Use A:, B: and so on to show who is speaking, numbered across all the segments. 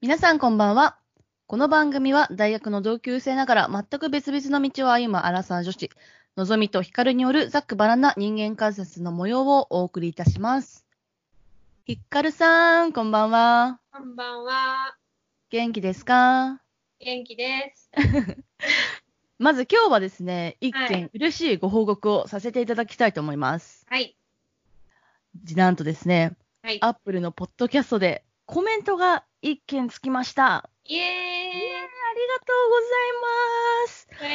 A: 皆さんこんばんは。この番組は大学の同級生ながら全く別々の道を歩むアラサー女子、のぞみとひかるによるざっくばらんな人間観察の模様をお送りいたします。ひっかるさん、こんばんは。
B: こんばんは。
A: 元気ですか
B: 元気です。
A: まず今日はですね、一
B: はい
A: 件嬉しいご報告をさせていただきたいと思います。
B: はい。
A: なんとですね、
B: はい。
A: アップルのポッドキャストでコメントが一件つきました。
B: イエーイ
A: あり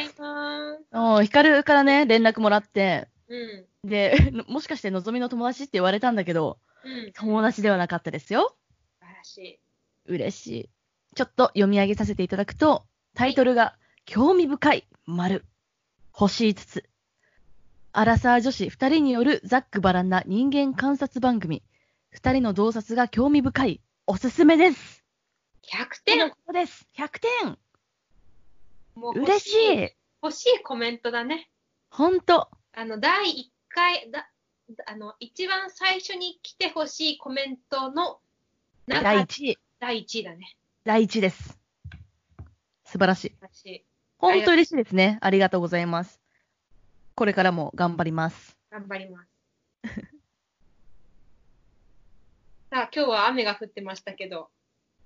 A: がとうございます。
B: ありがとうございます。
A: もうヒカルからね、連絡もらって、
B: うん。
A: で、 もしかしてのぞみの友達って言われたんだけど、
B: うん。素
A: 友達ではなかったですよ。
B: 晴らしい。
A: 嬉しい。ちょっと読み上げさせていただくと、タイトルが、興味深い、丸。星5つ。アラサー女子2人によるざっくばらんな人間観察番組。2人の洞察が興味深い。おすすめです。
B: 100
A: この
B: 点
A: 子です。100点。
B: もう
A: 嬉しい。
B: 欲しいコメントだね。
A: ほんと。
B: あの、第1回、だあの、一番最初に来てほしいコメントの中
A: 第1位。
B: 第一位だね。
A: 第1位です。素晴らしい。
B: 素晴らしい。
A: 本当嬉しいですね。ありがとうございます。これからも頑張ります。
B: 頑張 ります。さあ、今日は雨が降ってましたけど、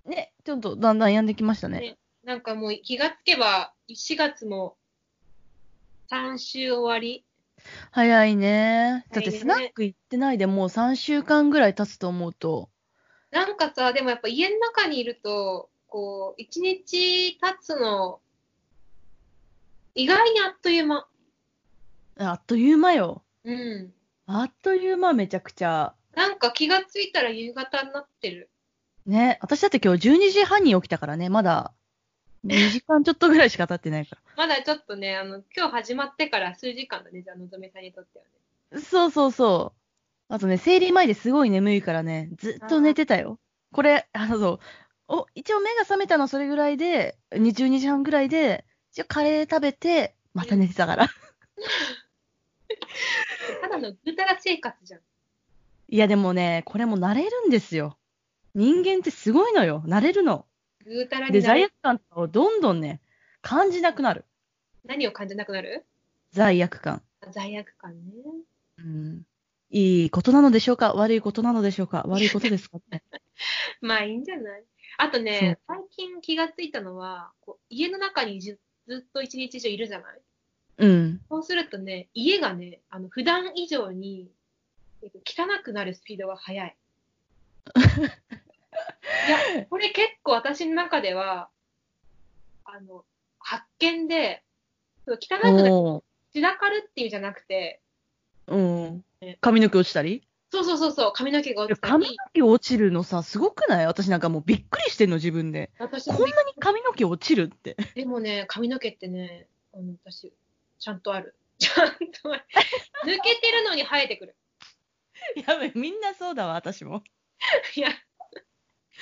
A: ね、ちょっとだんだんやんできましたね。
B: ねなんかもう気がつけば、4月も3週終わり。
A: 早いね。だって
B: 早いね
A: スナック行ってないでもう3週間ぐらい経つと思うと、
B: なんかさ、でもやっぱ家の中にいると、こう、1日経つの、意外にあっという間。
A: あっという間よ。
B: うん。
A: あっという間めちゃくちゃ。
B: なんか気がついたら夕方になってる。
A: ね、私だって今日12時半に起きたからね、まだ2時間ちょっとぐらいしか経ってないか
B: まだちょっとね、あの、今日始まってから数時間だね、じゃあ、のぞみさんにとってはね。
A: ら。そうそうそう。あとね、生理前ですごい眠いからね、ずっと寝てたよ。これ、あの、そうお、一応目が覚めたのそれぐらいで、22時半ぐらいで、一応カレー食べて、また寝てたから。
B: ただのぐうたら生活じゃん。
A: いや、でもね、これも慣れるんですよ。人間ってすごいのよ。慣れるの。
B: ぐうたら
A: で、
B: にな
A: 罪
B: る
A: 悪感をどんどんね、感じなくなる。
B: 何を感じなくなる
A: 罪悪感。
B: 罪悪感ね。
A: うん。いいことなのでしょうか悪いことなのでしょうか悪いことです かね。
B: まあいいんじゃないあとね、最近気がついたのは、こう家の中にじずっと一日中いるじゃない
A: うん。
B: そうするとね、家がね、あの普段以上にえっと汚くなるスピードが 速い。いや、これ結構私の中では、あの、発見で、そう汚くなる、
A: お
B: 散らかるっていうじゃなくて、
A: ーうん。髪の毛落ちたり
B: そうそうそうそう、髪の毛が落ちた
A: 髪の
B: り、
A: 毛落ちるのさ、すごくない私なんかもうびっくりしてんの、自分で。
B: 私
A: こ
B: も
A: ん
B: び
A: な
B: っ
A: に髪の毛落ちるって。
B: でもね、髪の毛ってね、あの私、ちゃんとある。 ちゃんとある。抜けてるのに生えてくる。
A: やべ、みんなそうだわ、私も。
B: いや、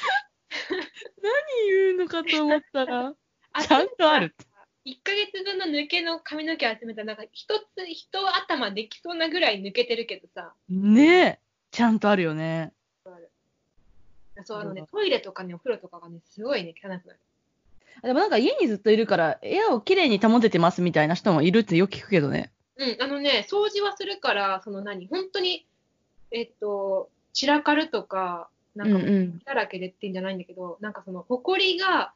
A: 何言うのかと思ったら、
B: あ
A: ちゃん とある。
B: 1ヶ月分の抜けの髪の毛集めたら、なんか一つ、一頭できそうなぐらい抜けてるけどさ、
A: ねえ、ちゃんとあるよね。
B: そうあのね
A: なる、
B: トイレとかね、お風呂とかがね、すごいね、汚くなる。
A: でもなんか家にずっといるから、部屋をきれいに保ててますみたいな人もいるってよく聞くけどね。
B: うん、あのね、掃除はするから、その何、本当に、えっと、散らかるとか、なんか、
A: うんうん
B: だらけでっていうんじゃないんだけど、なんかその、ほこりが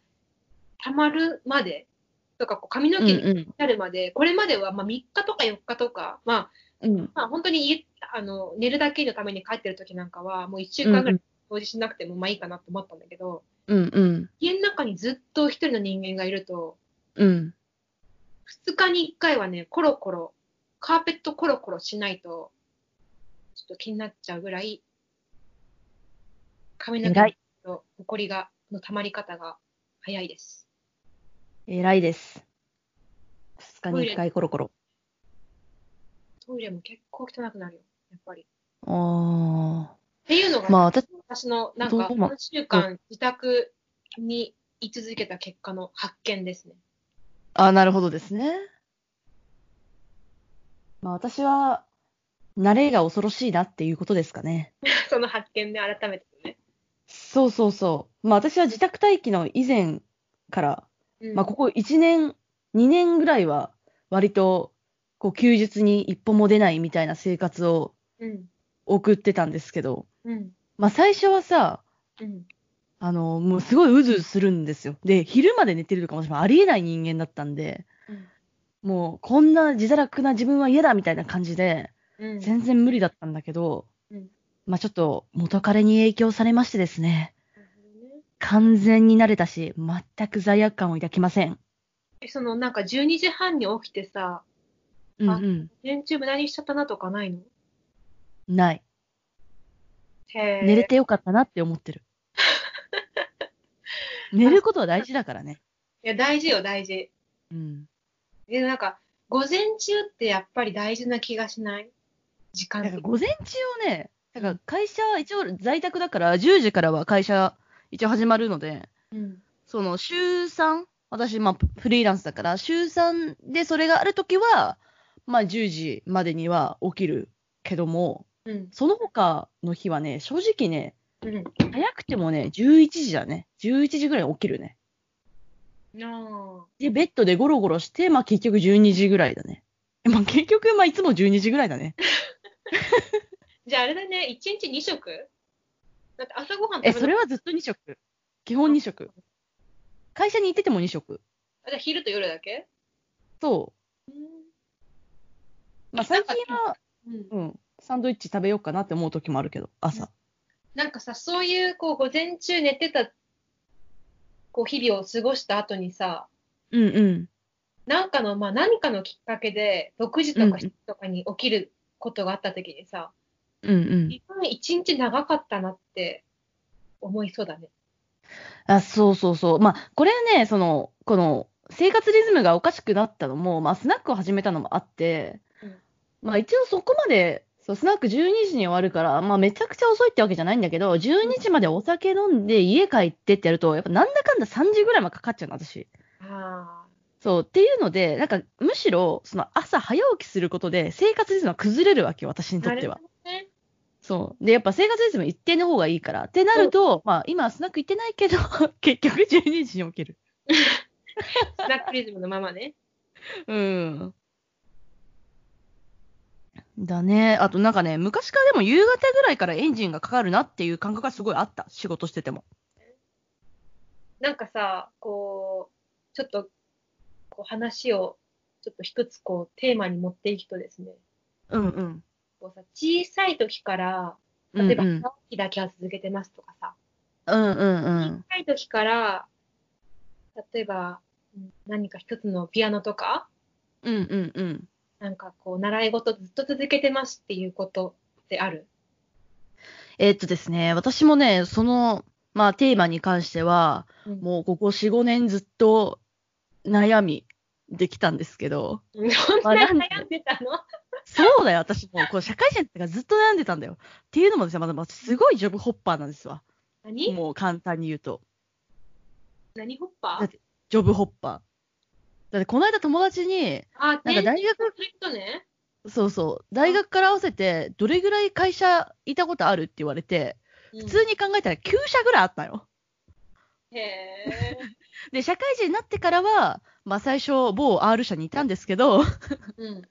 B: 溜まるまで、とか、こう髪の
A: う
B: 毛に
A: ん
B: なるまで、これまではまあ3日とか4日とか、まあ、
A: うん。うん。
B: まあ、本当に家あの寝るだけのために帰ってる時なんかは、もう1週間ぐらい掃除しなくてもまあいいかなと思ったんだけど、
A: うんうん。
B: 家の中にずっと一人の人間がいると、
A: うん。
B: 2日に1回はね、コロコロ、カーペットコロコロしないと、ちょっと気になっちゃうぐらい、髪の
A: 偉い
B: 毛の埃が、の溜まり方が早いです。
A: 偉いです。2日に1回コロコロ。
B: トイレも結構汚くなるよ、やっぱり。
A: あ
B: っていうの
A: あ
B: が、
A: ー。まあ私、
B: 私のなんか
A: どうも
B: 3週間自宅に居続けた結果の発見ですね。
A: あなるほどですね。まあ私は、慣れが恐ろしいなっていうことですかね。
B: その発見で改めてね。
A: そうそうそう。まあ私は自宅待機の以前から、
B: うん
A: まあここ1年、2年ぐらいは割とこう休日に一歩も出ないみたいな生活を
B: うん。
A: 送ってたんですけど、
B: うん。
A: まあ最初はさ、
B: うん。
A: あの、もうすごいうずうずするんですよ。で、昼まで寝てるとかもしもありえない人間だったんで、もうこんな自堕落な自分は嫌だみたいな感じで、
B: うん。
A: 全然無理だったんだけど、
B: うん
A: まあちょっと元彼に影響されましてですね、完全に慣れたし、全く罪悪感を抱きません。
B: えそのなんか12時半に起きてさ、
A: うんうん。
B: 練習無駄にしちゃったなとかないの
A: ない。
B: へえ。
A: 寝れてよかったなって思って る。寝ることは大事だからね。
B: いや、大事よ、大事。
A: うん。
B: で、なんか、午前中ってやっぱり大事な気がしない時間
A: だ
B: 的
A: から
B: に。
A: 午前中をね、だから会社、一応在宅だから10時からは会社一応始まるので、
B: うん。
A: その週3、私、まあ、フリーランスだから、週3でそれがあるときは、まあ、10時までには起きるけども、
B: うん。
A: その他の日はね、正直ね、
B: うん。
A: 早くてもね、11時だね。11時ぐらいに起きるね。
B: あ
A: で、ベッドでゴロゴロして、まあ、結局12時ぐらいだね。まあ、結局、まあ、いつも12時ぐらいだね。
B: ーじゃああれだね、1日2食だって朝ごはん食べ
A: え、それはずっと2食。基本2食。会社に行ってても2食。
B: あじゃあ昼と夜だけ
A: そ
B: うん
A: う。まあ、最近は、
B: うん
A: うん、サンドイッチ食べようかなって思う時もあるけど、朝。
B: なんかさ、そういう、こう、午前中寝てた、こう、日々を過ごした後にさ、
A: うんうん。
B: なんかの、まあ、何かのきっかけで、6時とか7時とかに起きることがあった時にさ、
A: うんうん。
B: 自分一日長かったなって思いそうだね。
A: あ、そうそうそう。まあ、これはね、その、この、生活リズムがおかしくなったのも、まあ、スナックを始めたのもあって
B: うん、
A: まあ、一応そこまで、そう、スナック12時に終わるから、まあ、めちゃくちゃ遅いってわけじゃないんだけど、12時までお酒飲んで家帰ってってやると、やっぱなんだかんだ3時ぐらいまでかかっちゃうの、私。
B: ああ。
A: そう、っていうので、なんか、むしろ、その、朝早起きすることで、生活リズムが崩れるわけよ、私にとっては。
B: なる
A: そう。で、やっぱ生活リズム一定の方がいいから。ってなると、まあ、今はスナック行ってないけど、 結局12時に起きる。
B: ほどね。スナックリズムのままね。
A: うん。だね。あとなんかね、昔からでも夕方ぐらいからエンジンがかかるなっていう感覚がすごいあった。仕事してても。
B: なんかさ、こう、ちょっと、こう、話を、ちょっと一つ、こう、テーマに持っていくとですね、
A: うんうん。
B: こうさ、小さい時から、
A: うん
B: 例えば、
A: うん
B: 早起きだけは続けてますとかさ、
A: うんうんう
B: 小
A: ん。
B: さい時から、例えば、うん何か一つのピアノとか、
A: うんうんうん。
B: なんかこう、習い事ずっと続けてますっていうことってある
A: えーっとですね、私もね、その、まあ、テーマに関しては、
B: うん
A: もうここ4、5年ずっと悩みできたんですけど、
B: うんそん
A: まあ
B: な
A: なん
B: に
A: で
B: 悩んでたの
A: そうだよ、私もう、こう社会人ってかずっと悩んでたんだよ。っていうのもですね、まだまだすごいジョブホッパーなんですわ。
B: 何
A: もう簡単に言うと。
B: 何ホッパ
A: だっ
B: ー
A: てジョブホッパー。だってこの間友達に、
B: あ、
A: なんか大学、
B: そういうことね。
A: そうそう、大学から合わせて、どれぐらい会社いたことあるって言われて、
B: 普
A: 普通に考えたら9社ぐらいあったよ。
B: へえ。
A: で、社会人になってからは、まあ最初、某 R 社にいたんですけど、
B: うん。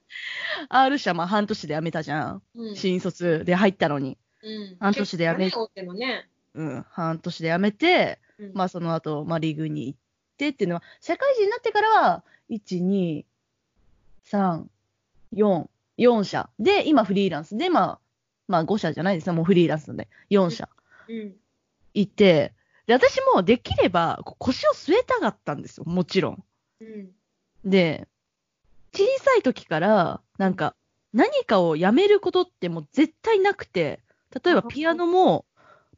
A: R 社まあ半年で辞めたじゃん。
B: うん。
A: 新卒で入ったのに。
B: うん。
A: 半年でやめ
B: 結構ね大手のね。
A: うん、半年で辞めて、
B: うん
A: まあその後、まあリーグに行ってっていうのは、社会人になってからは、1、2、3、4、4社。で、今フリーランスで、まあ、まあ5社じゃないですね、もうフリーランスなんで、4社
B: うん。
A: いて、で、私もできればこう腰を据えたかったんですよ、もちろん。
B: うん。
A: で、小さい時から、なんか、何かをやめることってもう絶対なくて、例えばピアノも、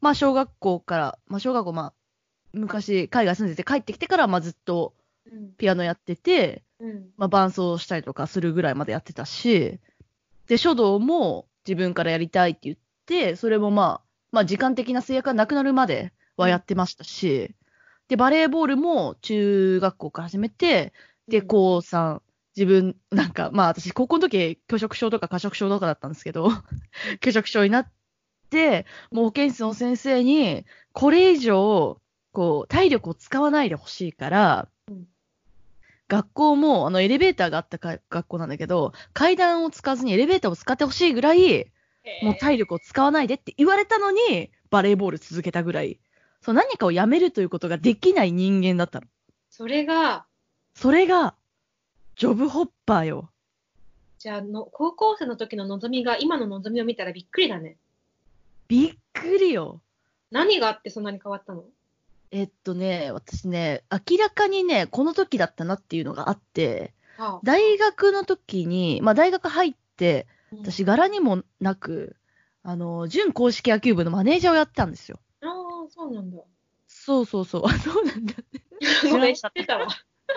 A: まあ小学校から、まあ小学校、まあ、昔海外住んでて帰ってきてから、まあずっと
B: うん。
A: ピアノやってて、
B: うん。
A: まあ伴奏したりとかするぐらいまでやってたし、で、書道も自分からやりたいって言って、それもまあ、まあ時間的な制約がなくなるまではやってましたし、で、バレーボールも中学校から始めて、で、高3、自分、なん か、まあ私、高校の時、拒食症とか過食症とかだったんですけど、拒食症になっして、もう保健室の先生に、これ以上、こう、体力を使わないでほしいから、
B: うん
A: 学校も、あの、エレベーターがあったか学校なんだけど、階段を使わずにエレベーターを使ってほしいぐらい、もう体力を使わないでって言われたのに、バレーボール続けたぐらい、そう何かをやめるということができない人間だったの。
B: それが、
A: それが、ジョブホッパーよ。
B: じゃあの、高校生の時の望みが今の望みを見たらびっくりだね。
A: びっくりよ。
B: 何があってそんなに変わったの
A: えっとね、私ね、明らかにね、この時だったなっていうのがあって、
B: ああ
A: 大学の時に、まあ大学入って、
B: うん
A: 私柄にもなく、あの、準公式野球部のマネージャーをやってたんですよ。
B: ああ、そうなんだ。
A: そうそうそう。あそうなんだ。
B: ご
A: ら
B: めん、
A: な
B: 知
A: か
B: っ
A: った
B: てたわ。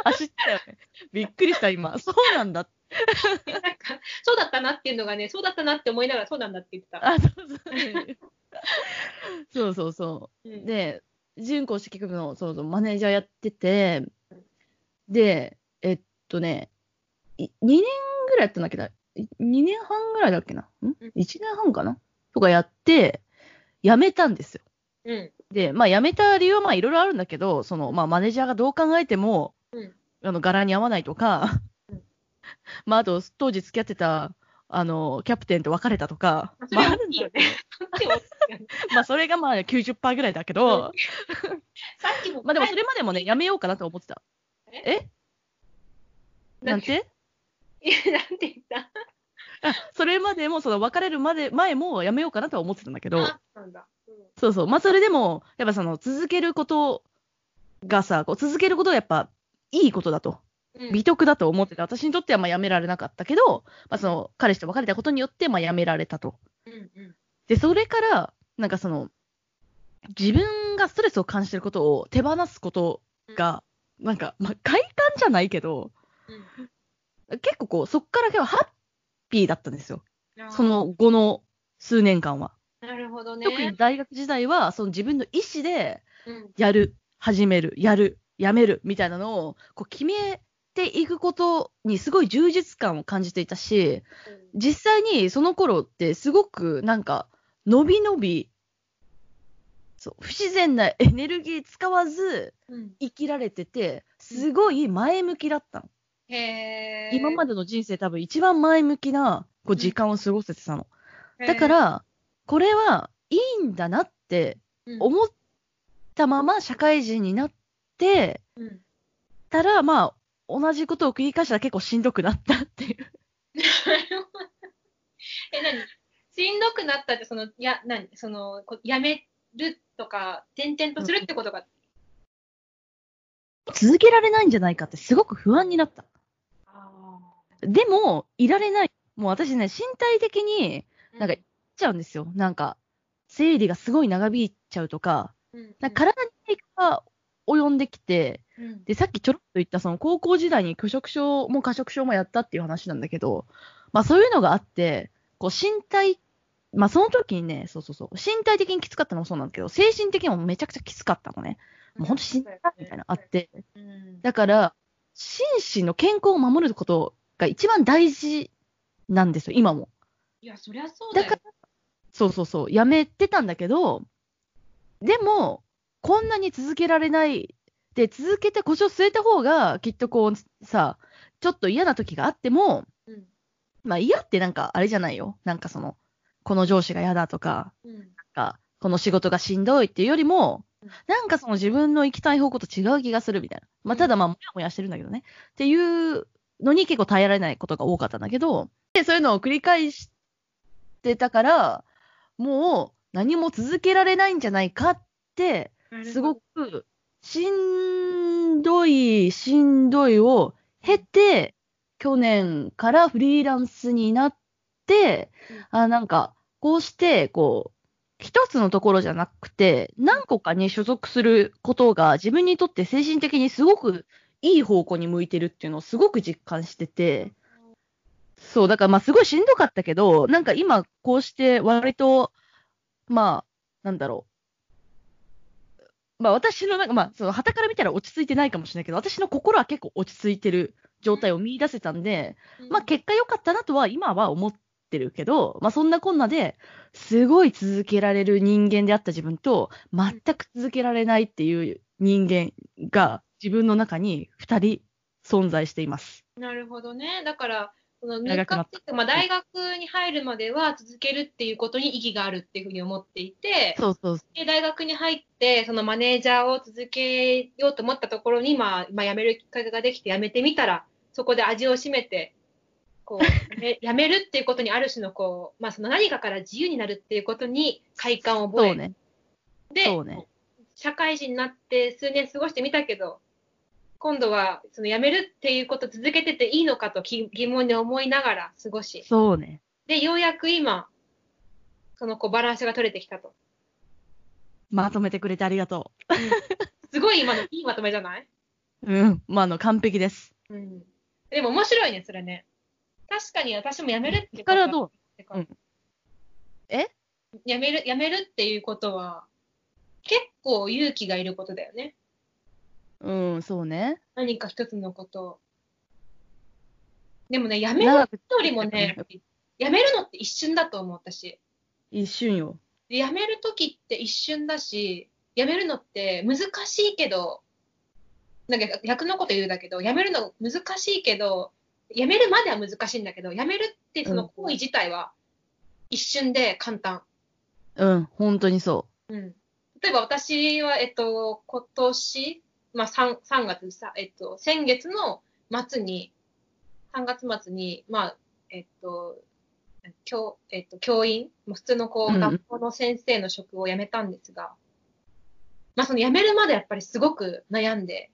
A: 走ったよね。びっくりした、今。そうなんだ。
B: なんか、そうだったなっていうのがね、そうだったなって思いながらそうなんだって言ってた。
A: あ、そうそう。そうそうそう。
B: うん、
A: で、準公式部のそうそうマネージャーやってて、で、えっとね、2年ぐらいやったんだっけな、2年半ぐらいだっけな、ん ?1
B: うん
A: 年半かなとかやって、辞めたんですよ。
B: うん。
A: で、まあ辞めた理由はまあいろいろあるんだけど、その、まあマネージャーがどう考えても、
B: うん
A: あの、柄に合わないとか
B: うん、
A: まああと当時付き合ってた、あの、キャプテンと別れたとか、
B: まあ
A: ま
B: それ
A: あ
B: 大きいよね。そっち大きい よね
A: まあそれがまあ90%ぐらいだけど、
B: さっきも、
A: まあでもそれまでもね、やめようかなと思ってた。えなんて
B: いやなんて言った
A: あそれまでも、その別れるまで、前もやめようかなとは思ってたんだけど、
B: あそうなんだ。うん
A: そうそう。まあそれでも、やっぱその続けることがさ、こう続けることがやっぱいいことだと、
B: うん
A: 美徳だと思ってて、私にとってはまあやめられなかったけど、まあその彼氏と別れたことによってまあやめられたと。
B: うんうん
A: で、それから、なんかその、自分がストレスを感じてることを手放すことが、なんか、まあ、快感じゃないけど、
B: うん
A: 結構こう、そっから今日ハッピーだったんですよ。
B: あー
A: その後の数年間は。
B: なるほどね。
A: 特に大学時代は、その自分の意思で、
B: うん
A: やる、始める、やる、やめる、みたいなのを、こう、決めていくことにすごい充実感を感じていたし、実際にその頃ってすごくなんか、伸び伸び、そう、不自然なエネルギー使わず
B: うん
A: 生きられてて、すごい前向きだったの。
B: へ
A: 今ま
B: で
A: での人生多分一番前向きな、こう、時間を過ごせてたの。だか、
B: へ
A: ら、これはいいんだなって
B: ーうん
A: 思ったまま社会人になって
B: うん
A: たら、まあ、同じことを繰り返したら結構しんどくなったっていう。
B: え、何しんどくなったって、その、や、何その、こやめるとか、転々とするってことが、
A: 続けられないんじゃないかってすごく不安になった。
B: あ
A: でも、いられない。もう私ね、身体的に
B: ー
A: なんか、ちゃうんですよ。なんか、生理がすごい長引いちゃうとか、
B: うん
A: なんか体に影響が及んできて、
B: うん
A: で、さっきちょろっと言った、その高校時代に拒食症も過食症もやったっていう話なんだけど、まあそういうのがあって、こう身体、まあその時にね、そうそうそう、身体的にきつかったのもそうなんだけど、精神的にもめちゃくちゃきつかったのね。もう本当死んだみたいなのあって、
B: うん
A: だから、心身の健康を守ることが一番大事なんですよ、今も。
B: いや、そりゃそうだ
A: だ
B: よ。
A: から、そうそうそう、やめてたんだけど、でも、こんなに続けられない。で、続けて腰を据えた方が、きっとこう、さ、ちょっと嫌な時があっても、
B: うん
A: まあ嫌ってなんかあれじゃないよ。なんかその、この上司が嫌だとか、
B: うん
A: なんかこの仕事がしんどいっていうよりも
B: うん、
A: なんかその自分の行きたい方向と違う気がするみたいな。ま
B: う
A: あ
B: ん
A: ただまあ、もやもやしてるんだけどね。っていうのに結構耐えられないことが多かったんだけど、で、そういうのを繰り返してたから、もう何も続けられないんじゃないかって、すごくしんどい、しんどいを経て、去年からフリーランスになって、あなんか、こうして、こう、一つのところじゃなくて、何個かに所属することが自分にとって精神的にすごくいい方向に向いてるっていうのをすごく実感してて、そう、だからまあすごいしんどかったけど、なんか今こうして割と、まあ、なんだろう。まあ私のなんか、まあその旗から見たら落ち着いてないかもしれないけど、私の心は結構落ち着いてる状態を見出せたんで、
B: うん
A: まあ結果良かったなとは今は思っってるけど、まあそんなこんなで、すごい続けられる人間であった自分と、全く続けられないっていう人間が自分の中に二人存在しています。
B: なるほどね。だから、そ
A: 大
B: の入
A: 学
B: 学
A: の
B: っていうか、まあ、大学に入るまでは続けるっていうことに意義があるっていうふうに思っていて、
A: そうそう。
B: で大学に入って、そのマネージャーを続けようと思ったところに、まあ、まあ、辞めるきっかけができて辞めてみたら、そこで味を占めて、こう、め 辞めるっていうことにある種のこう、まあ、その何かから自由になるっていうことに快感を覚え
A: そうね。
B: で、
A: そうね
B: 社会人になって数年過ごしてみたけど、今度はその辞めるっていうこと続けてていいのかとき疑問に思いながら過ごし、
A: そうね。
B: で、ようやく今、そのこうバランスが取れてきたと。
A: まとめてくれてありがと。
B: すごい今のいいまとめじゃないう
A: うん。まあ、あの、完璧です。
B: うん。でも面白いね、それね。確かに私も辞めるっていうこ
A: からは
B: と
A: どう
B: は
A: うんえ
B: 辞める、辞めるっていうことは、結構勇気がいることだよね。
A: うん、そうね。
B: 何か一つのことを。でもね、辞める
A: 長く
B: よりもね、辞めるのって一瞬だと思う、私。
A: 一瞬よ。
B: で辞めるときって一瞬だし、辞めるのって難しいけど、なんか逆のこと言うだけど、辞めるの難しいけど、辞めるまでは難しいんだけど、辞めるってその行為自体は一瞬で簡単。
A: うん、本当にそ
B: うん。例えば私は、えっと、今年、まあ3、3月さ、えっと、先月の末に、3月末に、まあ、えっと、教、えっと、教員、まあ普通のこ
A: うんう
B: う、
A: ん
B: 学校の先生の職を辞めたんですが、まあその辞めるまでやっぱりすごく悩んで、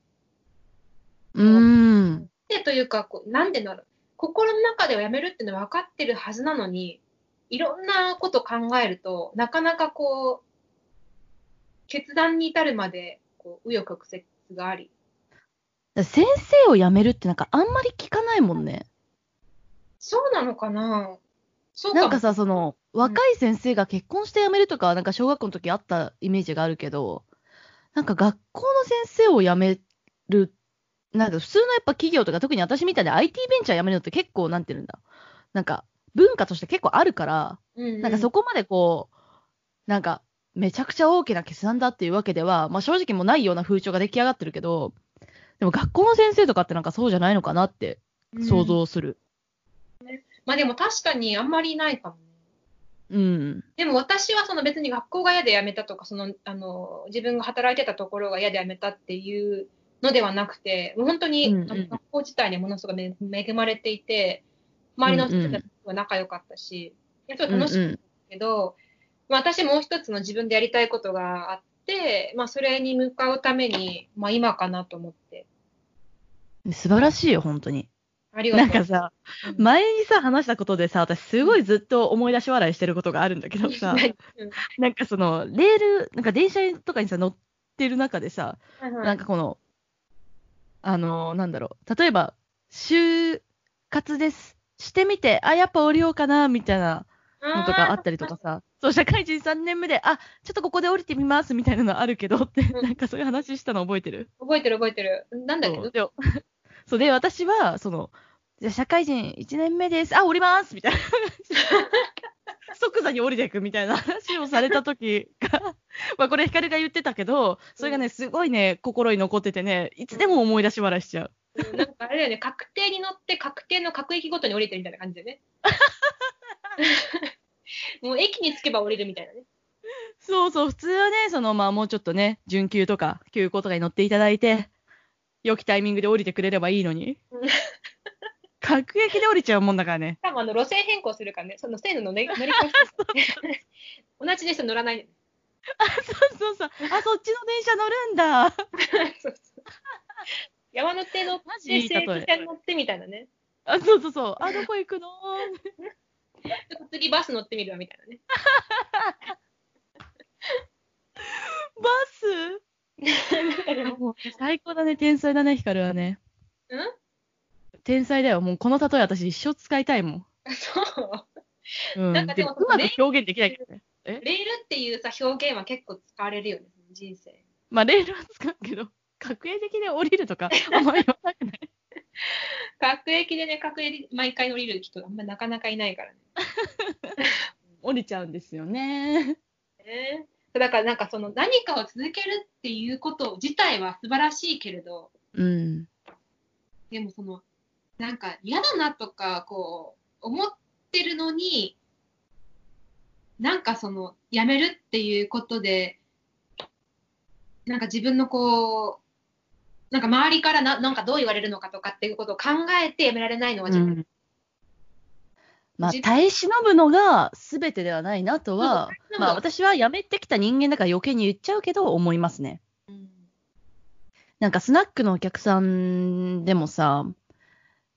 A: う。うーん。
B: でというか、こうなんでなる心の中ではやめるってのは分かってるはずなのに、いろんなこと考えると、なかなかこう、決断に至るまで、こう、紆余曲折があり。
A: 先生を辞めるってなんかあんまり聞かないもんね。
B: そうなのかなそう
A: な
B: か
A: んか
B: も。
A: さ、その、若い先生が結婚して辞めるとか、なんか小学校の時あったイメージがあるけど、なんか学校の先生を辞める、なんか普通のやっぱ企業とか、特に私みたいな IT ベンチャー辞めるのって結構、なんていうんだ、なんか文化として結構あるから、
B: うん
A: なんかそ
B: こ。
A: こまでこう、なんか、めちゃくちゃ大きな決断だっていうわけでは、まあ正直もうないような風潮が出来上がってるけど、でも学校の先生とかってなんかそうじゃないのかなって
B: うん
A: 想。像する。
B: まあでも確かにあんまりいないかもね。
A: うん。
B: でも私はその別に学校が嫌で辞めたとか、その、あの、自分が働いてたところが嫌で辞めたっていうのではなくて、もう本当に、
A: うんうん
B: あの学校自体にものすごくめ恵まれていて、周りの人たちは仲良かったし、いやそれは楽しい
A: うんうん
B: けど、まあ、私もう一つの自分でやりたいことがあって、まあ、それに向かうために、まあ、今かなと思って。
A: 素晴らしいよ、本当に。
B: ありがと
A: な。
B: う
A: か
B: ん
A: さ、
B: うん
A: 前にさ、話したことでさ、私すごいずっと思い出し笑いしてることがあるんだけど さ、 なんかその、レール、なんか電車とかにさ、乗ってる中でさ、なんかこの、あのーなんだろう、例えば、就活です。してみて、あ、やっぱ降りようかな、みたいなのとかあったりとかさ、そう、社会人3年目で、あ、ちょっとここで降りてみます、みたいなのあるけどって、
B: うん
A: なんかそういう話したの覚えてる
B: 覚えてる覚えてる。なんだっけ
A: そうで そうで、私は、その、じゃあ社会人1年目です。あ、降りますみたいな。 即座に降りていくみたいな話をされた時が、まあこれヒカルが言ってたけど、それがね、すごいね、心に残っててね、いつでも思い出し笑いしちゃう。
B: うんなんかあれだよね、確定に乗って、確定の各駅ごとに降りてるみたいな感じだよね。 もう駅に着けば降りるみたいなね。
A: そうそう、普通はね、そのまあもうちょっとね、準急とか急行とかに乗っていただいて、良きタイミングで降りてくれればいいのに
B: うん。
A: 各駅で降りちゃうもんだからね。
B: 多分あの路線変更するからね、その線路の乗り乗り換えしてる同じ電車乗らない。
A: そうそうそう。あ、そっちの電車乗るんだ。
B: そうそう山手乗っ
A: マジ
B: て、
A: いい例え
B: 西武線乗ってみたいなね。
A: あ、そうそうそう。あ、どこ行くの
B: 次バス乗ってみるわみたいな ね。
A: バスもう最高だね、天才だね、ヒカルはね。
B: ん
A: 天才だよ。もうこの例え私一生使いたいもん。
B: そう。
A: うん。
B: なんかでも
A: うまく表現できないけどね。
B: レールっていうさ、表現は結構使われるよね、人生。
A: まあ、レールは使うけど、確定的で降りるとか、あんまり言わなくない。
B: 各駅でね、各駅で毎回降りる人、あんまなかなかいないからね。
A: 降りちゃうんですよね。
B: ね。だからなんかその何かを続けるっていうこと自体は素晴らしいけれど、
A: うん。
B: でもその、なんか嫌だなとか、こう、思ってるのに、なんかその、やめるっていうことで、なんか自分のこう、なんか周りからななんかどう言われるのかとかっていうことを考えてやめられないのは自分、
A: まあ、
B: 自分
A: 耐え忍ぶのが全てではないなとは、
B: そう
A: まあ、私は辞めてきた人間だから余計に言っちゃうけど、思いますね。
B: うん
A: なんかスナックのお客さんでもさ、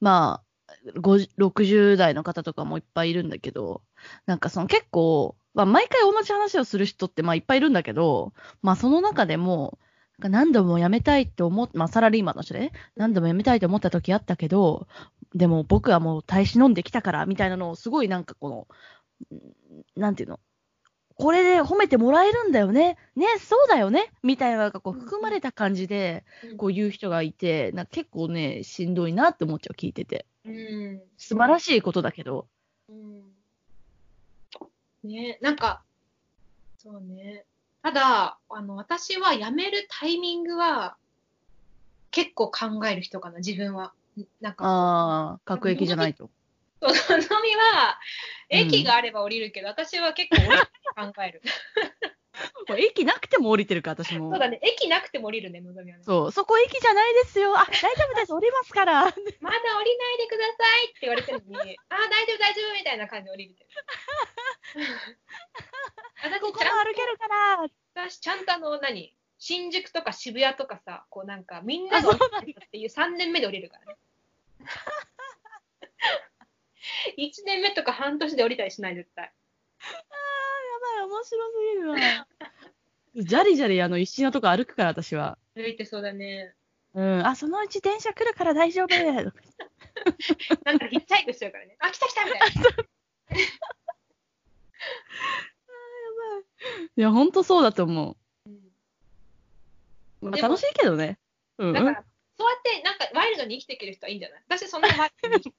A: まあ、50 60代の方とかもいっぱいいるんだけど、なんかその結構、まあ、毎回同じ話をする人ってまあいっぱいいるんだけど、まあその中でも、なんか何度も辞めたいって思っまあサラリーマンの人でね、何度も辞めたいと思った時あったけど、でも僕はもう耐え忍んできたから、みたいなのをすごいなんかこの、んなんていうの、これで褒めてもらえるんだよね、ね、そうだよね、みたいなのがこう含まれた感じで、こういう人がいて、なんか結構ね、しんどいなって思っちゃう、聞いてて。
B: うん、
A: 素晴ら
B: し
A: しいことだけど。
B: い。うん、ね、なんか、そうね。ただ、あの、私は辞めるタイミングは、結構考える人かな、自分は。なんか、
A: ああ、各駅じゃないと。
B: そうのぞみは、
A: うん
B: 駅があれば降りるけど、私は結構降りて考える。
A: これ駅なくても降りてるか、私も。
B: そうだね、駅なくても降りるね、のぞみはね。
A: そう、そこ駅じゃないですよ。あ、大丈夫です、降ります から。
B: まだ降りないでくださいって言われてるの に、あー、大丈夫、大丈夫みたいな感じで降りるみたいな。
A: こ
B: 私、
A: こ
B: ち
A: も
B: ゃん
A: 歩けるから。
B: 私ちゃんとあの、何新宿とか渋谷とかさ、こうなんか、みん なが
A: あ
B: 降
A: そ
B: り
A: うなんだ
B: てたっていう3年目で降りるからね。1年目とか半年で降りたりしない、絶対。
A: やばい、面白すぎるわ。じゃりじゃり、あの、一瞬のとこ歩くから、私は。
B: 歩いてそうだね。
A: うん、あ、そのうち電車来るから大 丈夫。
B: なんかヒッチハイクしちゃうからね。あ、来た来たみたいな。
A: いや、ほんとそうだと思う。まあ
B: でも
A: 楽しいけどね。うん。
B: だから、そうやって、なんか、ワイルドに生きていける人はいいんじゃない私、そんなワイルドに生きて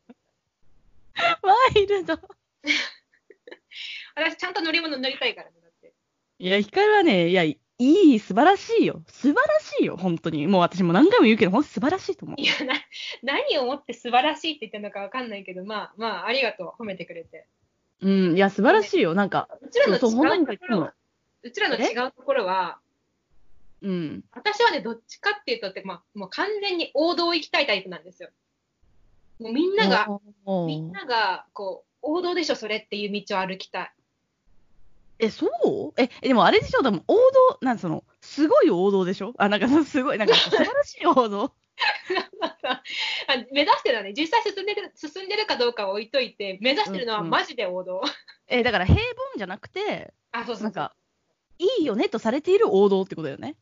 A: ワイルド。
B: 私、ちゃんと乗り物に乗りたいからね、だって。
A: いや、ヒカルはね、いや、いい、素晴らしいよ。素晴らしいよ、本当に。もう私も何回も言うけど、本当素晴らしいと思う
B: い。や、な、何をもって素晴らしいって言ってるのかわかんないけど、まあ、まあ、ありがとう。褒めてくれて。
A: うん、いや、素晴らしいよ。なんか、
B: うちらの違
A: そうそう
B: う
A: 本当
B: と
A: に
B: ころは、うちらの違うところは、
A: うん。
B: 私はね、どっちかっていうとって、まあ、もう完全に王道を行きたいタイプなんですよ。もうみんなが、
A: おー
B: みんなが、こう、王道でしょ、それっていう道を歩きたい。
A: え、そうえ、えでもあれでしょでも王道、なんその、すごい王道でしょあ、なんか、すごい、 なんか、素晴らしい王道。
B: あ目指してるのはね、実際進んでる進んでるかどうかは置いといて、目指してるのは
A: うんうん
B: マジで王道。
A: え、だから平凡じゃなくて、
B: あ、そうそうそう
A: なんか、いいよねとされている王道ってことだよね。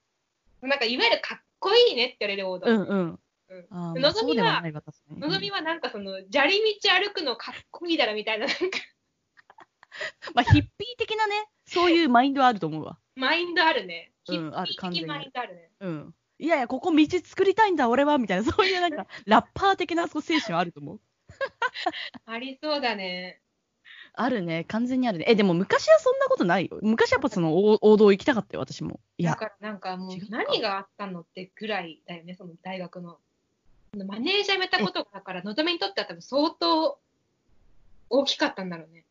B: なんかいわゆるかっこいいねって言われる王道。
A: うんうん。あーまあ
B: のぞ
A: そ
B: みは
A: うではないわ、確かに
B: のぞみはなんかその、砂利道歩くのかっこいいだろみたいな、なんか、
A: まあ、ヒッピー的なね、そういうマインドはあると思うわ。
B: マインドあるね。
A: うん
B: ヒッピー
A: ある完全に
B: マインドあるね。
A: うん。いやいや、ここ道作りたいんだ、俺は、みたいな、 そういうなんか、ラッパー的なそう精神はあると思う。
B: ありそうだね。
A: あるね、完全にあるね。え、でも昔はそんなことないよ。昔やっぱその王王道行きたかったよ、私も。い
B: だ
A: や、
B: からなんかもう
A: 違うか
B: 何があったのってぐらいだよね、その大学の。マネージャーめたことがだから、のぞみにとっては多分相当大きかったんだろうね。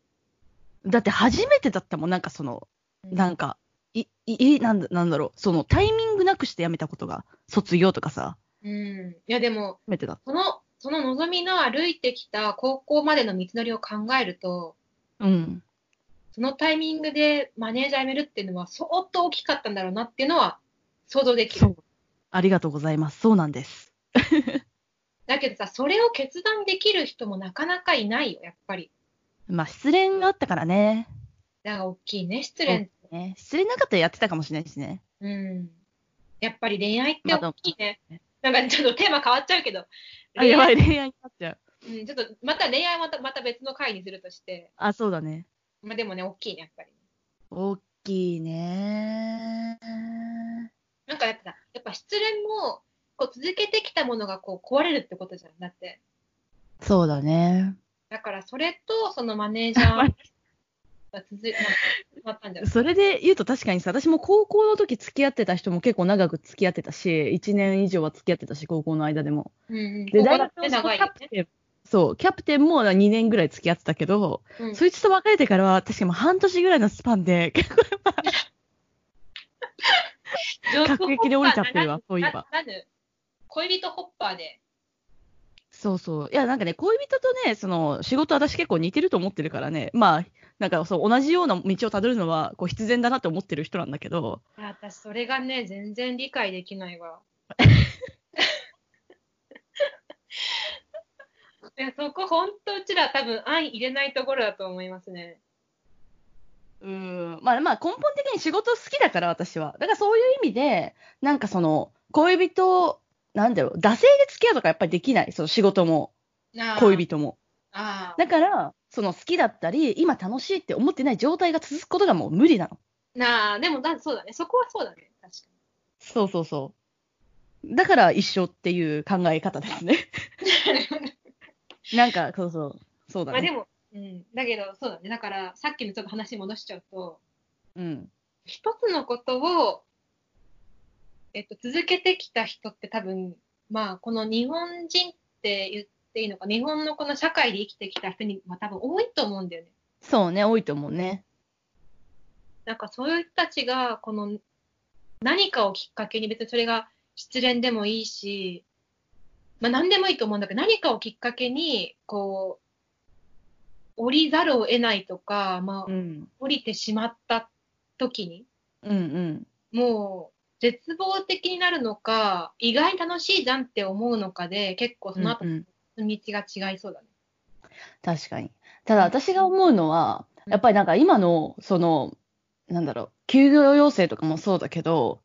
A: だって初めてだったもん、なんかその、なんか、い、い、いなんだなんだろう、そのタイミングなくして辞めたことが、卒業とかさ、
B: うん。いやでも、
A: 初めてだ。
B: その、そののぞみの歩いてきた高校までの道のりを考えると、
A: うん。
B: そのタイミングでマネージャー辞めるっていうのは相当大きかったんだろうなっていうのは想像でき
A: そ
B: る。
A: う。ありがとうございます。そうなんです。
B: だけどさ、それを決断できる人もなかなかいないよ、やっぱり。
A: まあ、失恋があったからね。
B: だから大きいね、失恋。
A: ね失恋なかったらやってたかもしれないしね。
B: うん。やっぱり恋愛って
A: まだ
B: 大きいね。なんかちょっとテーマ変わっちゃうけど。
A: あ、やば
B: い。
A: い、恋愛になっちゃう。
B: うん、ちょっとまた恋愛はまたまた別の回にするとして。
A: あ、そうだね。
B: まあでもね、大きいね、やっぱり。
A: 大きいね。
B: なんかだってさ、やっぱ失恋も、こう続けてきたものがこう壊れるってことじゃん。だって。
A: そうだね。
B: だだからそれと、そのマネージャ ーが続いまあ、まったんじゃない
A: それで言うと確かにさ、私も高校の時付き合ってた人も結構長く付き合ってたし、1年以上は付き合ってたし、高校の間でも。
B: うんうん。
A: で、大
B: 大
A: 学
B: 学
A: の
B: 長い
A: キ
B: よ
A: ャプテン、そう、キャプテンも2年ぐらい付き合ってたけど、
B: ね。
A: そいつと別れてからは確かもう半年ぐらいのスパンで 結構各駅で降りちゃってるわそういえば。
B: ななる恋人ホッパーで。
A: そうそう。いや、なんかね、恋人とね、その、仕事私結構似てると思ってるからね、まあ、なんかそう、同じような道をたどるのは、こう、必然だなって思ってる人なんだけど、
B: いや私、それがね、全然理解できない わ。いやそこ、本当うちら多分、愛入れないところだと思いますね。
A: うーん、まあまあ、根本的に仕事好きだから、私は。だからそういう意味で、なんかその、恋人、なんだろう、惰性で付き合うとかやっぱりできない、その仕事も、
B: あー
A: 恋。人も。
B: あ
A: だから、その好きだったり、今楽しいって思ってない状態が続くことがもう無理なの。
B: あ。なあ、でもだ、そうだね。そこはそうだね。確か
A: そうそうそう。だから一緒っていう考え方です ね。なんか、そうそう。そうだ
B: に。
A: ね。
B: まあでも、うん。だけど、そうだね。だから、さっきのちょっと話に戻しちゃうと、
A: うん。
B: 一つのことを、えっと、続けてきた人って多分、まあ、この日本人って言っていいのか、日本のこの社会で生きてきた人に、まあ、多分多いと思うんだよね。
A: そうね、多いと思うね。
B: なんかそういう人たちが、この何かをきっかけに、別にそれが失恋でもいいし、まあ何でもいいと思うんだけど、何かをきっかけに、こう、降りざるを得ないとか、ま
A: う
B: あ
A: ん。
B: 降りてしまった時に、
A: うんうん。
B: もう絶望的になるのか、意外に楽しいじゃんって思うのかで、結構その後
A: うん
B: の
A: うん
B: 道が違いそうだね。
A: 確かに。ただ私が思うのは、やっぱりなんか今の、その、なんだろう、休業要請とかもそうだけど、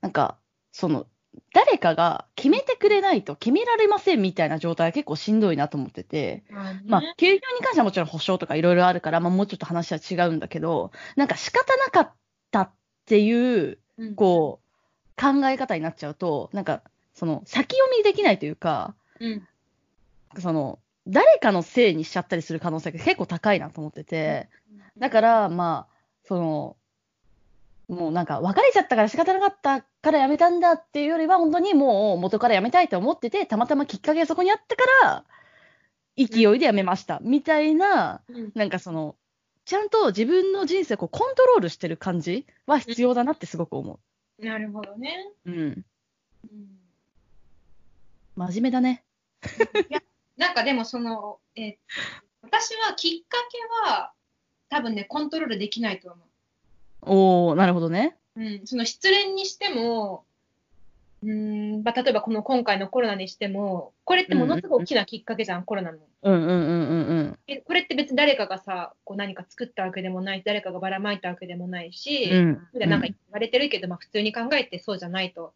A: なんか、その、誰かが決めてくれないと決められませんみたいな状態は結構しんどいなと思ってて、
B: まあね
A: まあ、休業に関してはもちろん保証とかいろいろあるから、まあもうちょっと話は違うんだけど、なんか仕方なかったっていう、
B: うん
A: こう、考え方になっちゃうと、なんか、その、先読みできないというか、
B: うん、
A: その、誰かのせいにしちゃったりする可能性が結構高いなと思ってて、だから、まあ、その、もうなんか、別れちゃったから仕方なかったから辞めたんだっていうよりは、本当にもう元から辞めたいと思ってて、たまたまきっかけがそこにあったから、勢いで辞めました、みたいな、
B: うん
A: なんかその、ちゃんと自分の人生をこうコントロールしてる感じは必要だなってすごく思
B: なるほどね。
A: う。うん。
B: うん
A: 真面目だね。
B: なんかでもその、えー私はきっかけは、多分ね、コントロールできないと思
A: おー、なるほどね。
B: う。うん、その失恋にしても、うーんまあ、例えばこの今回のコロナにしても、これってものすごい大きなきっかけじゃん、コロナの。
A: うんうんうんうんうん。
B: えこれって別に誰かがさ、こう何か作ったわけでもない、誰かがばらまいたわけでもないし、
A: うん。
B: 普段なんか言われてるけど、まあ普通に考えてそうじゃないと。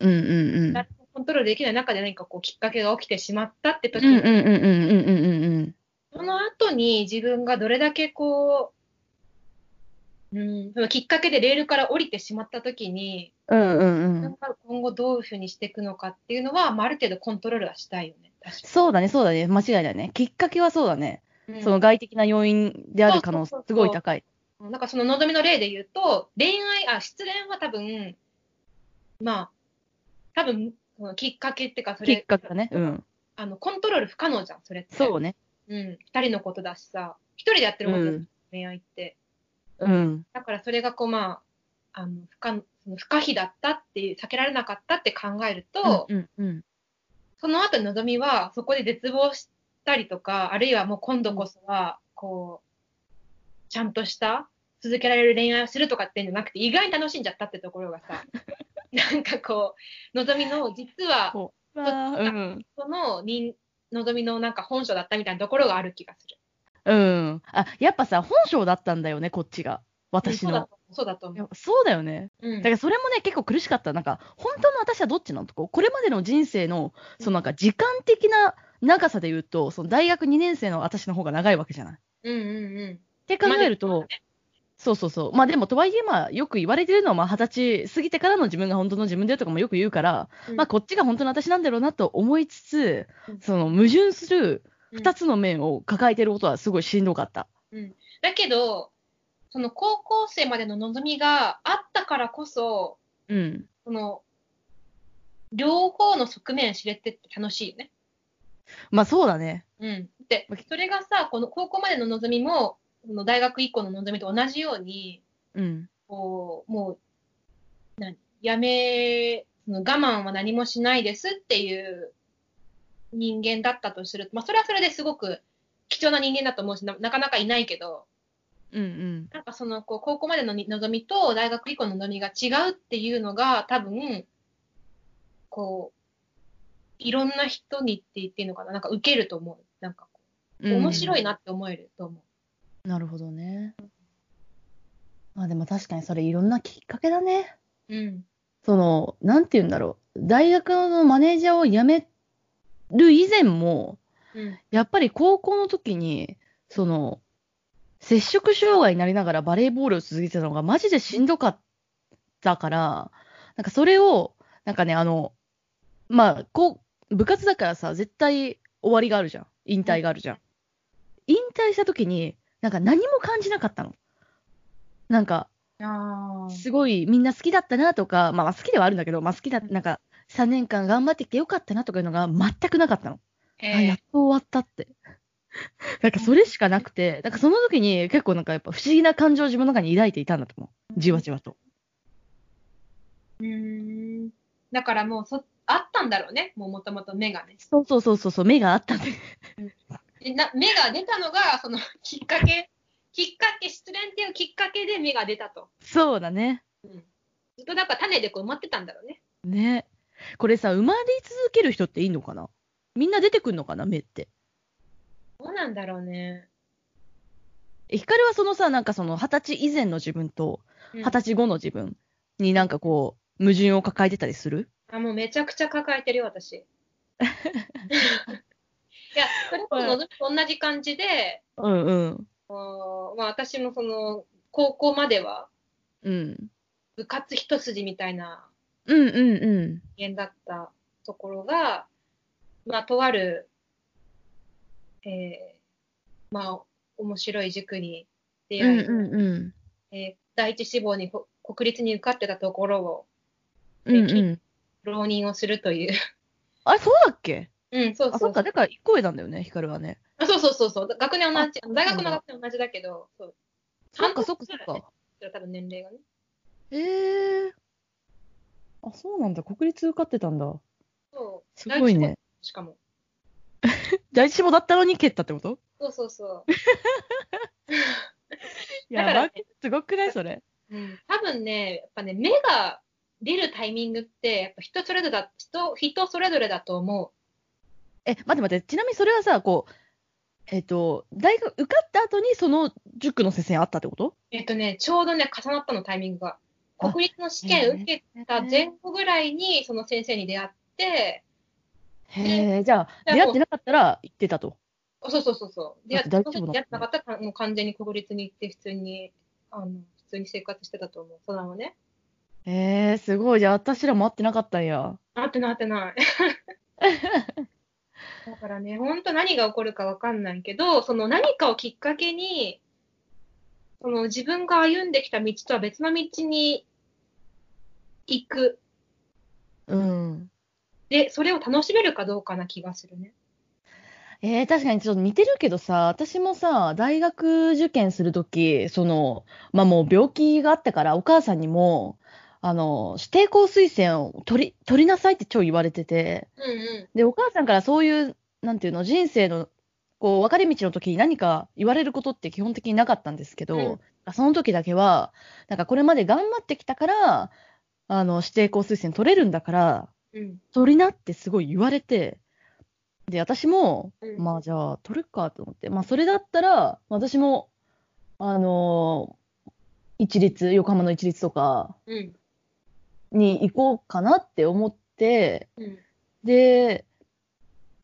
A: うんうんうん。
B: 誰もコントロールできない中で何かこうきっかけが起きてしまったって時、
A: うんうんうんうんうんうんうんうん。
B: その後に自分がどれだけこう、うん、そのきっかけでレールから降りてしまった時に、
A: うんうんう
B: なん
A: ん。
B: か今後どういうふうにしていくのかっていうのは、まあ、ある程度コントロールはしたいよね。確か
A: そうだね、そうだね。間違いないね。きっかけはそうだね。
B: に。
A: その外的な要因である可能性
B: そう、
A: す
B: そうそうそ
A: ご
B: う
A: い高い。
B: うんなんかそののどめの例で言うと、恋愛、あ、失恋は多分、まあ、多分、そのきっかけっていうか、そ
A: き
B: れ、
A: っかけはね。うん。
B: あの、コントロール不可能じゃん、それって。
A: そうね。
B: うん、二人のことだしさ、一人でやって
A: う
B: ることだよ
A: ん。
B: 恋愛って。
A: うん。
B: だからそれがこう、まあ、あの不可その不可避だったっていう、避けられなかったって考えると、
A: うんうん。
B: その後のぞみは、そこで絶望したりとか、あるいはもう今度こそは、こう、ちゃんとした、続けられる恋愛をするとかっていうんじゃなくて、意外に楽しんじゃったってところが さ、なんかこう、のぞみの、実は、
A: こう。わーうん。
B: その人、のぞみのなんか本性だったみたいなところがある気がする。
A: うん。あ、やっぱさ、本性だったんだよね、こっちが。私の。
B: うんそうだと
A: い
B: 思
A: や
B: う。
A: そうだよね。
B: そうだと思う。うん
A: だからそれもね、結構苦しかった。なんか、本当の私はどっちなのとこ、これまでの人生の、そのなんか時間的な長さで言うと、その大学2年生の私の方が長いわけじゃない。っ
B: うんうんうん。
A: て考えると、そうそうそう。まあでも、とはいえ、まあ、よく言われてるのは、まあ、二十歳過ぎてからの自分が本当の自分だよとかもよく言うから、
B: うん
A: まあ、こっちが本当の私なんだろうなと思いつつ
B: うん、
A: その、矛盾する、
B: うん
A: 二つの面を抱えてることはすごいしんどかった。
B: だけど、その高校生までの望みがあったからこそ、
A: うん。
B: その、両方の側面知れてって楽しいよね。
A: まあそうだね。
B: うん。で、それがさ、この高校までの望みも、その大学以降の望みと同じように、
A: うん。
B: こう、もう、何やめ、その我慢は何もしないですっていう人間だったとすると、まあ、それはそれですごく貴重な人間だと思うし、ななかなかいないけど、
A: うんうん。
B: なんかその、こう、高校までのに望みと大学以降の望みが違うっていうのが、多分、こう、いろんな人にって言っていいのかな、なんか受けると思う。なんかこう、面白いなって思えると思う。
A: なるほどね。まあでも確かにそれいろんなきっかけだね。
B: うん。
A: その、なんて言うんだろう。大学のマネージャーを辞める以前も、
B: うん。
A: やっぱり高校の時に、その、接触障害になりながらバレーボールを続けてたのがマジでしんどかったから、なんかそれを、なんかね、あの、まあ、こう、部活だからさ、絶対終わりがあるじゃん。引退があるじゃん。引退した時に、なんか何も感じなかったの。なんか、
B: あ
A: すごいみんな好きだったなとか、まあ好きではあるんだけど、まあ好きだ、なんか3年間頑張ってきてよかったなとかいうのが全くなかったの。
B: え
A: あ、やっと終わったって。 なんかそれしかなくて、なんかその時に結構なんかやっぱ不思議な感情を自分の中に抱いていたんだと思う。じわじわと。
B: うーんだからもうそ、あったんだろうね、もうもともと目がね。
A: そうそうそうそうそう、目があったんで。
B: でな目が出たのが、そのきっかけ、きっかけ、失恋っていうきっかけで目が出たと。
A: そうだね。
B: ずっとだから種でこう埋まってたんだろうね。
A: ね。これさ、生まれ続ける人っていいのかなみんな出てくんのかな目って。
B: どうなんだろうね。
A: えヒカルはそのさ、なんかその二十歳以前の自分と
B: うん
A: 二十歳後の自分になんかこう、矛盾を抱えてたりする
B: あ、もうめちゃくちゃ抱えてるよ、 私。いや、それこそのぞみと同じ感じで、
A: うんうん。
B: こうまあ、私もその、高校までは
A: うん。
B: 部活一筋みたいな
A: うんうんう
B: 人間だったところが、まあ、とある、えー、まあ、面白い塾に出
A: ん。うん
B: 会い、
A: うんうん。
B: えー第一志望にこ国立に受かってたところを
A: うんうん。
B: 浪人をするという。
A: あれ、そうだっけ
B: うん、そう
A: あ、
B: そ
A: そうっか、だから1個上なんだよね、ヒカルはね。
B: あそうそうそうそう。学年同じ。
A: あ
B: 大学の学年同じだけど、そう。
A: そっか、そっか、そっ
B: 半年ぐらい
A: か。
B: だよね多分年齢がね。
A: ええあ、そうなんだ。国立受かってたんだ。
B: そう。
A: すごい
B: 第一志
A: ね。
B: 望。しかも。
A: 第一志望だったのに蹴ったってこと
B: そうそうそう。
A: いや
B: だから
A: ばいすごくないそれ。
B: うん、多分ね、やっぱね、目が出るタイミングって、やっぱ人それぞれだ、人、人それぞれだと思う。
A: え、待って待って。ちなみにそれはさ、こう、えっ、と、大学受かった後にその塾の先生に会ったってこと
B: えっとね、ちょうどね、重なったのタイミングが。
A: あ
B: 国立の試験受けた前後ぐらいに、その先生に出会って、
A: へえ、じゃあ、
B: い
A: 出会
B: や
A: っ
B: もう
A: てなかったら行ってたと。
B: あそうそうそうそう。出会って、
A: だっ
B: そ
A: て
B: の
A: 大丈
B: 時
A: 夫だ
B: 出会ってなかったら、もう完全に国立に行って、普通に、あの、普通に生活してたと思う。そのままね。
A: へえ、すごい。じゃあ、私らも会ってなかったんや。
B: なってないなって ない。だからね、ほんと何が起こるかわかんないけど、その何かをきっかけに、その自分が歩んできた道とは別の道に行く。
A: うん。
B: で、それを楽しめるかどうかな気がするね。
A: えー、確かにちょっと似てるけどさ、私もさ、大学受験するとき、その、まあもう病気があったから、お母さんにも、あの、指定校推薦を取り、取りなさいって超言われてて、
B: うんうん。
A: で、お母さんからそういう、なんていうの、人生の、こう、分かれ道の時に何か言われることって基本的になかったんですけど、その時だけは、なんかこれまで頑張ってきたから、あの、指定校推薦取れるんだから、
B: うん、
A: 取りなってすごい言われて、で、私も、
B: うん
A: まあじゃあ取るかと思って、まあそれだったら、私も、あのー一律、横浜の一律とか
B: うん、
A: に行こうかなって思って、
B: うん、
A: で、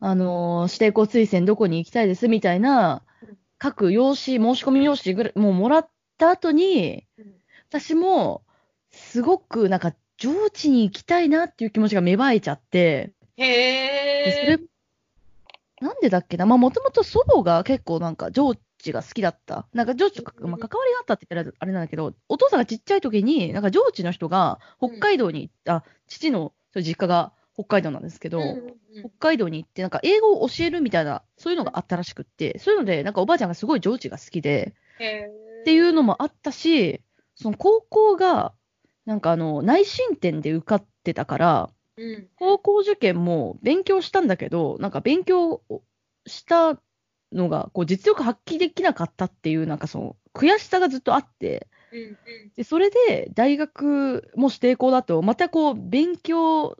A: あのー指定校推薦どこに行きたいですみたいな
B: うん、
A: 各用紙、申し込み用紙ぐらい、もうもらった後に、
B: うん。
A: 私も、すごくなんか、上智に行きたいなっていう気持ちが芽生えちゃって、
B: へ
A: でそれ
B: え。
A: なんでだっけな、まあ、もともと祖母が結構なんか、上智が好きだった。なんか上智と、
B: うん
A: まあ、関わりがあったって言ったらあれなんだけど、お父さんがちっちゃい時に、なんか上智の人が北海道に行った、父のそう実家が北海道なんですけど、
B: うんうん
A: 北海道に行って、なんか英語を教えるみたいな、そういうのがあったらしくって、そういうので、なんかおばあちゃんがすごい上智が好きで、
B: へー
A: っていうのもあったし、その高校が、なんかあの、内申点で受かってたから、
B: うん
A: 高校受験も勉強したんだけど、なんか勉強をしたのが、こう実力発揮できなかったっていう、なんかその、悔しさがずっとあって、
B: うんうん
A: で、それで大学も指定校だと、またこう、勉強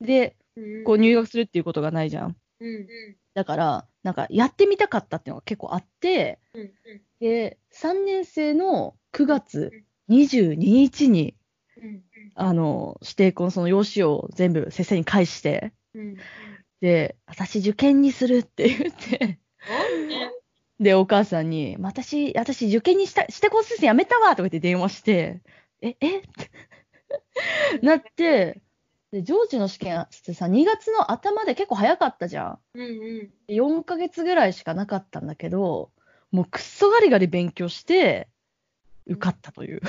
A: で
B: うん
A: こう入学するっていうことがないじゃん。
B: うんうん
A: だから、なんかやってみたかったっていうのが結構あって、
B: うんうん
A: で、3年生の9月22日に、
B: うん
A: あの、指定校のその用紙を全部先生に返して、
B: うんうん
A: で、私受験にするって言って、
B: そうね
A: で、お母さんに、まあ私、私受験にした、指定校推薦やめたわとか言って電話して、え、えってなって、で、上智の試験ってさ、2月の頭で結構早かったじゃん。
B: うんうん
A: 4ヶ月ぐらいしかなかったんだけど、もうくっそガリガリ勉強して、受かったという。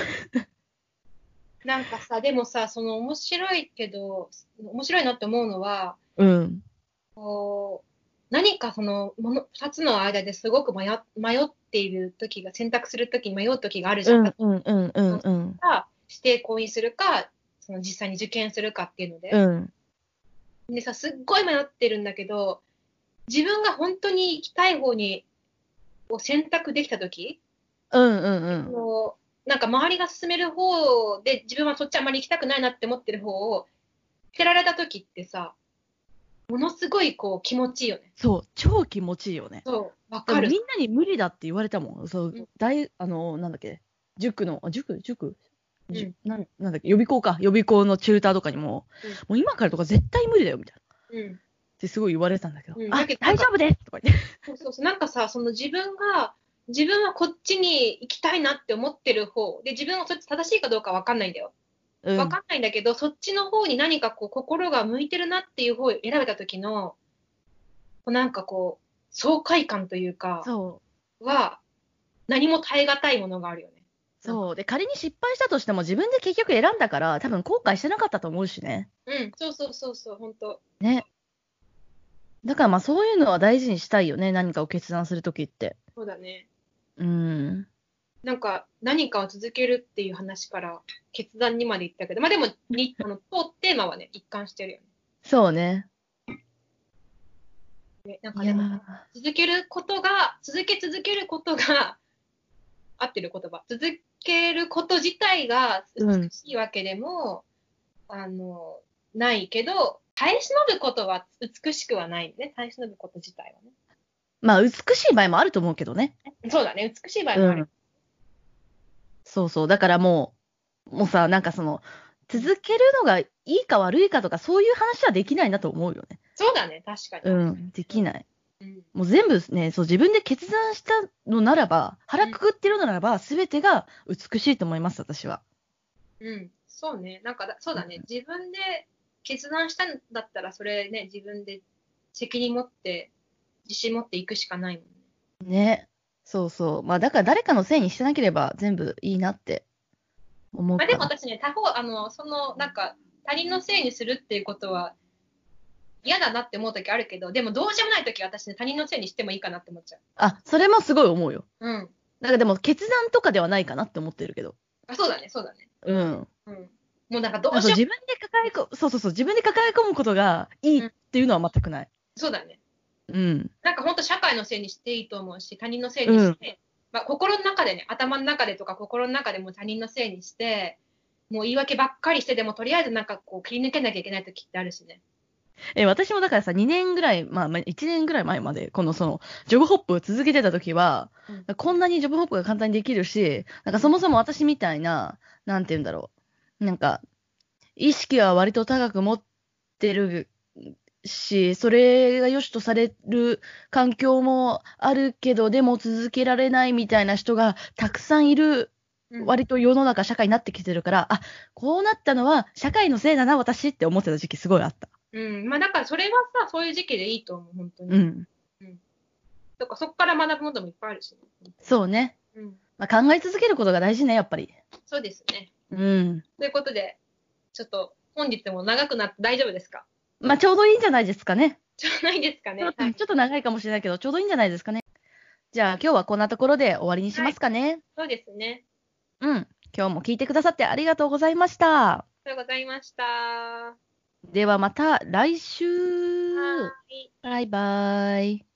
B: なんかさ、でもさ、その面白いけど、面白いなって思うのは、
A: うん。
B: こう何かそのもの2つの間ですごく迷迷っている時が、選択する時に迷う時があるじ
A: う
B: ゃん。
A: ん
B: だ
A: うんうんうんうん。
B: から指定校にするか、その実際に受験するかっていうので。
A: うん。
B: でさ、すっごい迷ってるんだけど、自分が本当に行きたい方にを選択できた時、
A: うんうんうん。
B: こうなんか周りが進める方で、自分はそっちあんまり行きたくないなって思ってる方を捨てられた時ってさ、ものすごいこう気持ちいいよね。
A: そう、超気持ちいいよね。
B: そう、わ
A: で
B: か
A: も
B: る
A: みん。なに無理だって言われたもん。そう
B: うん、
A: 大、あの、なんだっけ、塾の、あ塾塾じゅ
B: うん
A: なんなんだっけ、予備校か。予備校のチューターとかにも、
B: うん
A: もう今からとか絶対無理だよ、みたいな。
B: うん、
A: ってすごい言われてたんだけど、
B: うん
A: あ、
B: だけど
A: 大丈夫ですとか言って。
B: そうそうそうなんかさその自分が自分はこっちに行きたいなって思ってる方で自分はそっち正しいかどうかわかんないんだよ
A: うん
B: わかんないんだけど、そっちの方に何かこう心が向いてるなっていう方を選べた時のこうなんかこう爽快感というか
A: そう。
B: は何も耐え難いものがあるよね。
A: そう。で、仮に失敗したとしても自分で結局選んだから、多分後悔してなかったと思うしね。
B: うん、そうそうそうそう本当
A: ね。だからまあそういうのは大事にしたいよね。何かを決断するときって。
B: そうだね
A: うん。
B: なんか何かを続けるっていう話から決断にまで行ったけどまあでもにあの当テーマはね一貫してるよね。
A: そうね。
B: ねなんか
A: いや
B: でも
A: ー
B: 続けることが、続け続けることが、合ってる言葉、続けること自体が
A: うん
B: 美しいわけでも、あの、ないけど、耐え忍ぶことは美しくはないね。耐え忍ぶこと自体は
A: まあ美しい場合もあると思うけどね。
B: ね。そうだね、美しい場合
A: う
B: もある。
A: ん。そうそう。だからもう、もうさ、なんかその、続けるのがいいか悪いかとか、そういう話はできないなと思うよね。
B: そうだね、確かに。
A: うん。できない。
B: うん。
A: もう全部ね、そう自分で決断したのならば、腹くくってるのならば、すべてが美しいと思います、私は。
B: うん。そうね、なんかだ、そうだね、自分で決断したんだったら、それね、自分で責任持って、自信持っていくしかないもんね。
A: ね。そうそう。まあだから誰かのせいにしてなければ全部いいなって思う
B: ま
A: か
B: あ、で
A: ら。
B: も私ね、他方、あの、その、なんか、他人のせいにするっていうことは、嫌だなって思うときあるけど、でもどうしようもないとき私ね、他人のせいにしてもいいかなって思っちゃう。
A: あ、それもすごい思うよ。
B: うん。
A: なんかでも決断とかではないかなって思ってるけど。
B: あ、そうだね、そうだね。
A: うん。
B: うん。もうなんかど
A: そう
B: う
A: そう
B: し
A: 自
B: よ
A: 分で抱え込む、そうそうそう、自分で抱え込むことがいいっていうのは全くない。
B: う。そうだね。
A: うん。
B: なんか本当社会のせいにしていいと思うし、他人のせいにして、まあ心の中でね、頭の中でとか心の中でも他人のせいにして、もう言い訳ばっかりしてでも、とりあえずなんかこう切り抜けなきゃいけないときってあるしね。
A: え、私もだからさ、2年ぐらい、まあ、まあ1年ぐらい前まで、このその、ジョブホップを続けてた時は、
B: う
A: こんなにジョブホップが簡単にできるし、なんかそもそも私みたいな、なんて言うんだろう。なんか、意識は割と高く持ってるし、それが良しとされる環境もあるけど、でも続けられないみたいな人がたくさんいる
B: うん
A: 割と世の中社会になってきてるから、あこうなったのは社会のせいだな私って思ってた時期すごいあった。
B: うん。まあだからそれはさ、そういう時期でいいと思う、本当に。
A: うん。
B: とか、そこから学ぶこともいっぱいあるし、ね。
A: そうね。
B: うん。
A: まあ、考え続けることが大事ね、やっぱり。
B: そうですね。
A: うん。
B: ということで、ちょっと本日も長くなって大丈夫ですか
A: まあ、ちょうどいいんじゃないですかね。
B: じゃないですかね。
A: ちょ
B: は
A: っと
B: い。
A: ちょっと長いかもしれないけど、ちょうどいいんじゃないですかね。じゃあ、今日はこんなところで終わりにしますかね。
B: そうですね。
A: うん。今日も聞いてくださってありがとうございました。
B: ありがとうございました。は
A: ではまた来週
B: ーい。
A: バイバイ。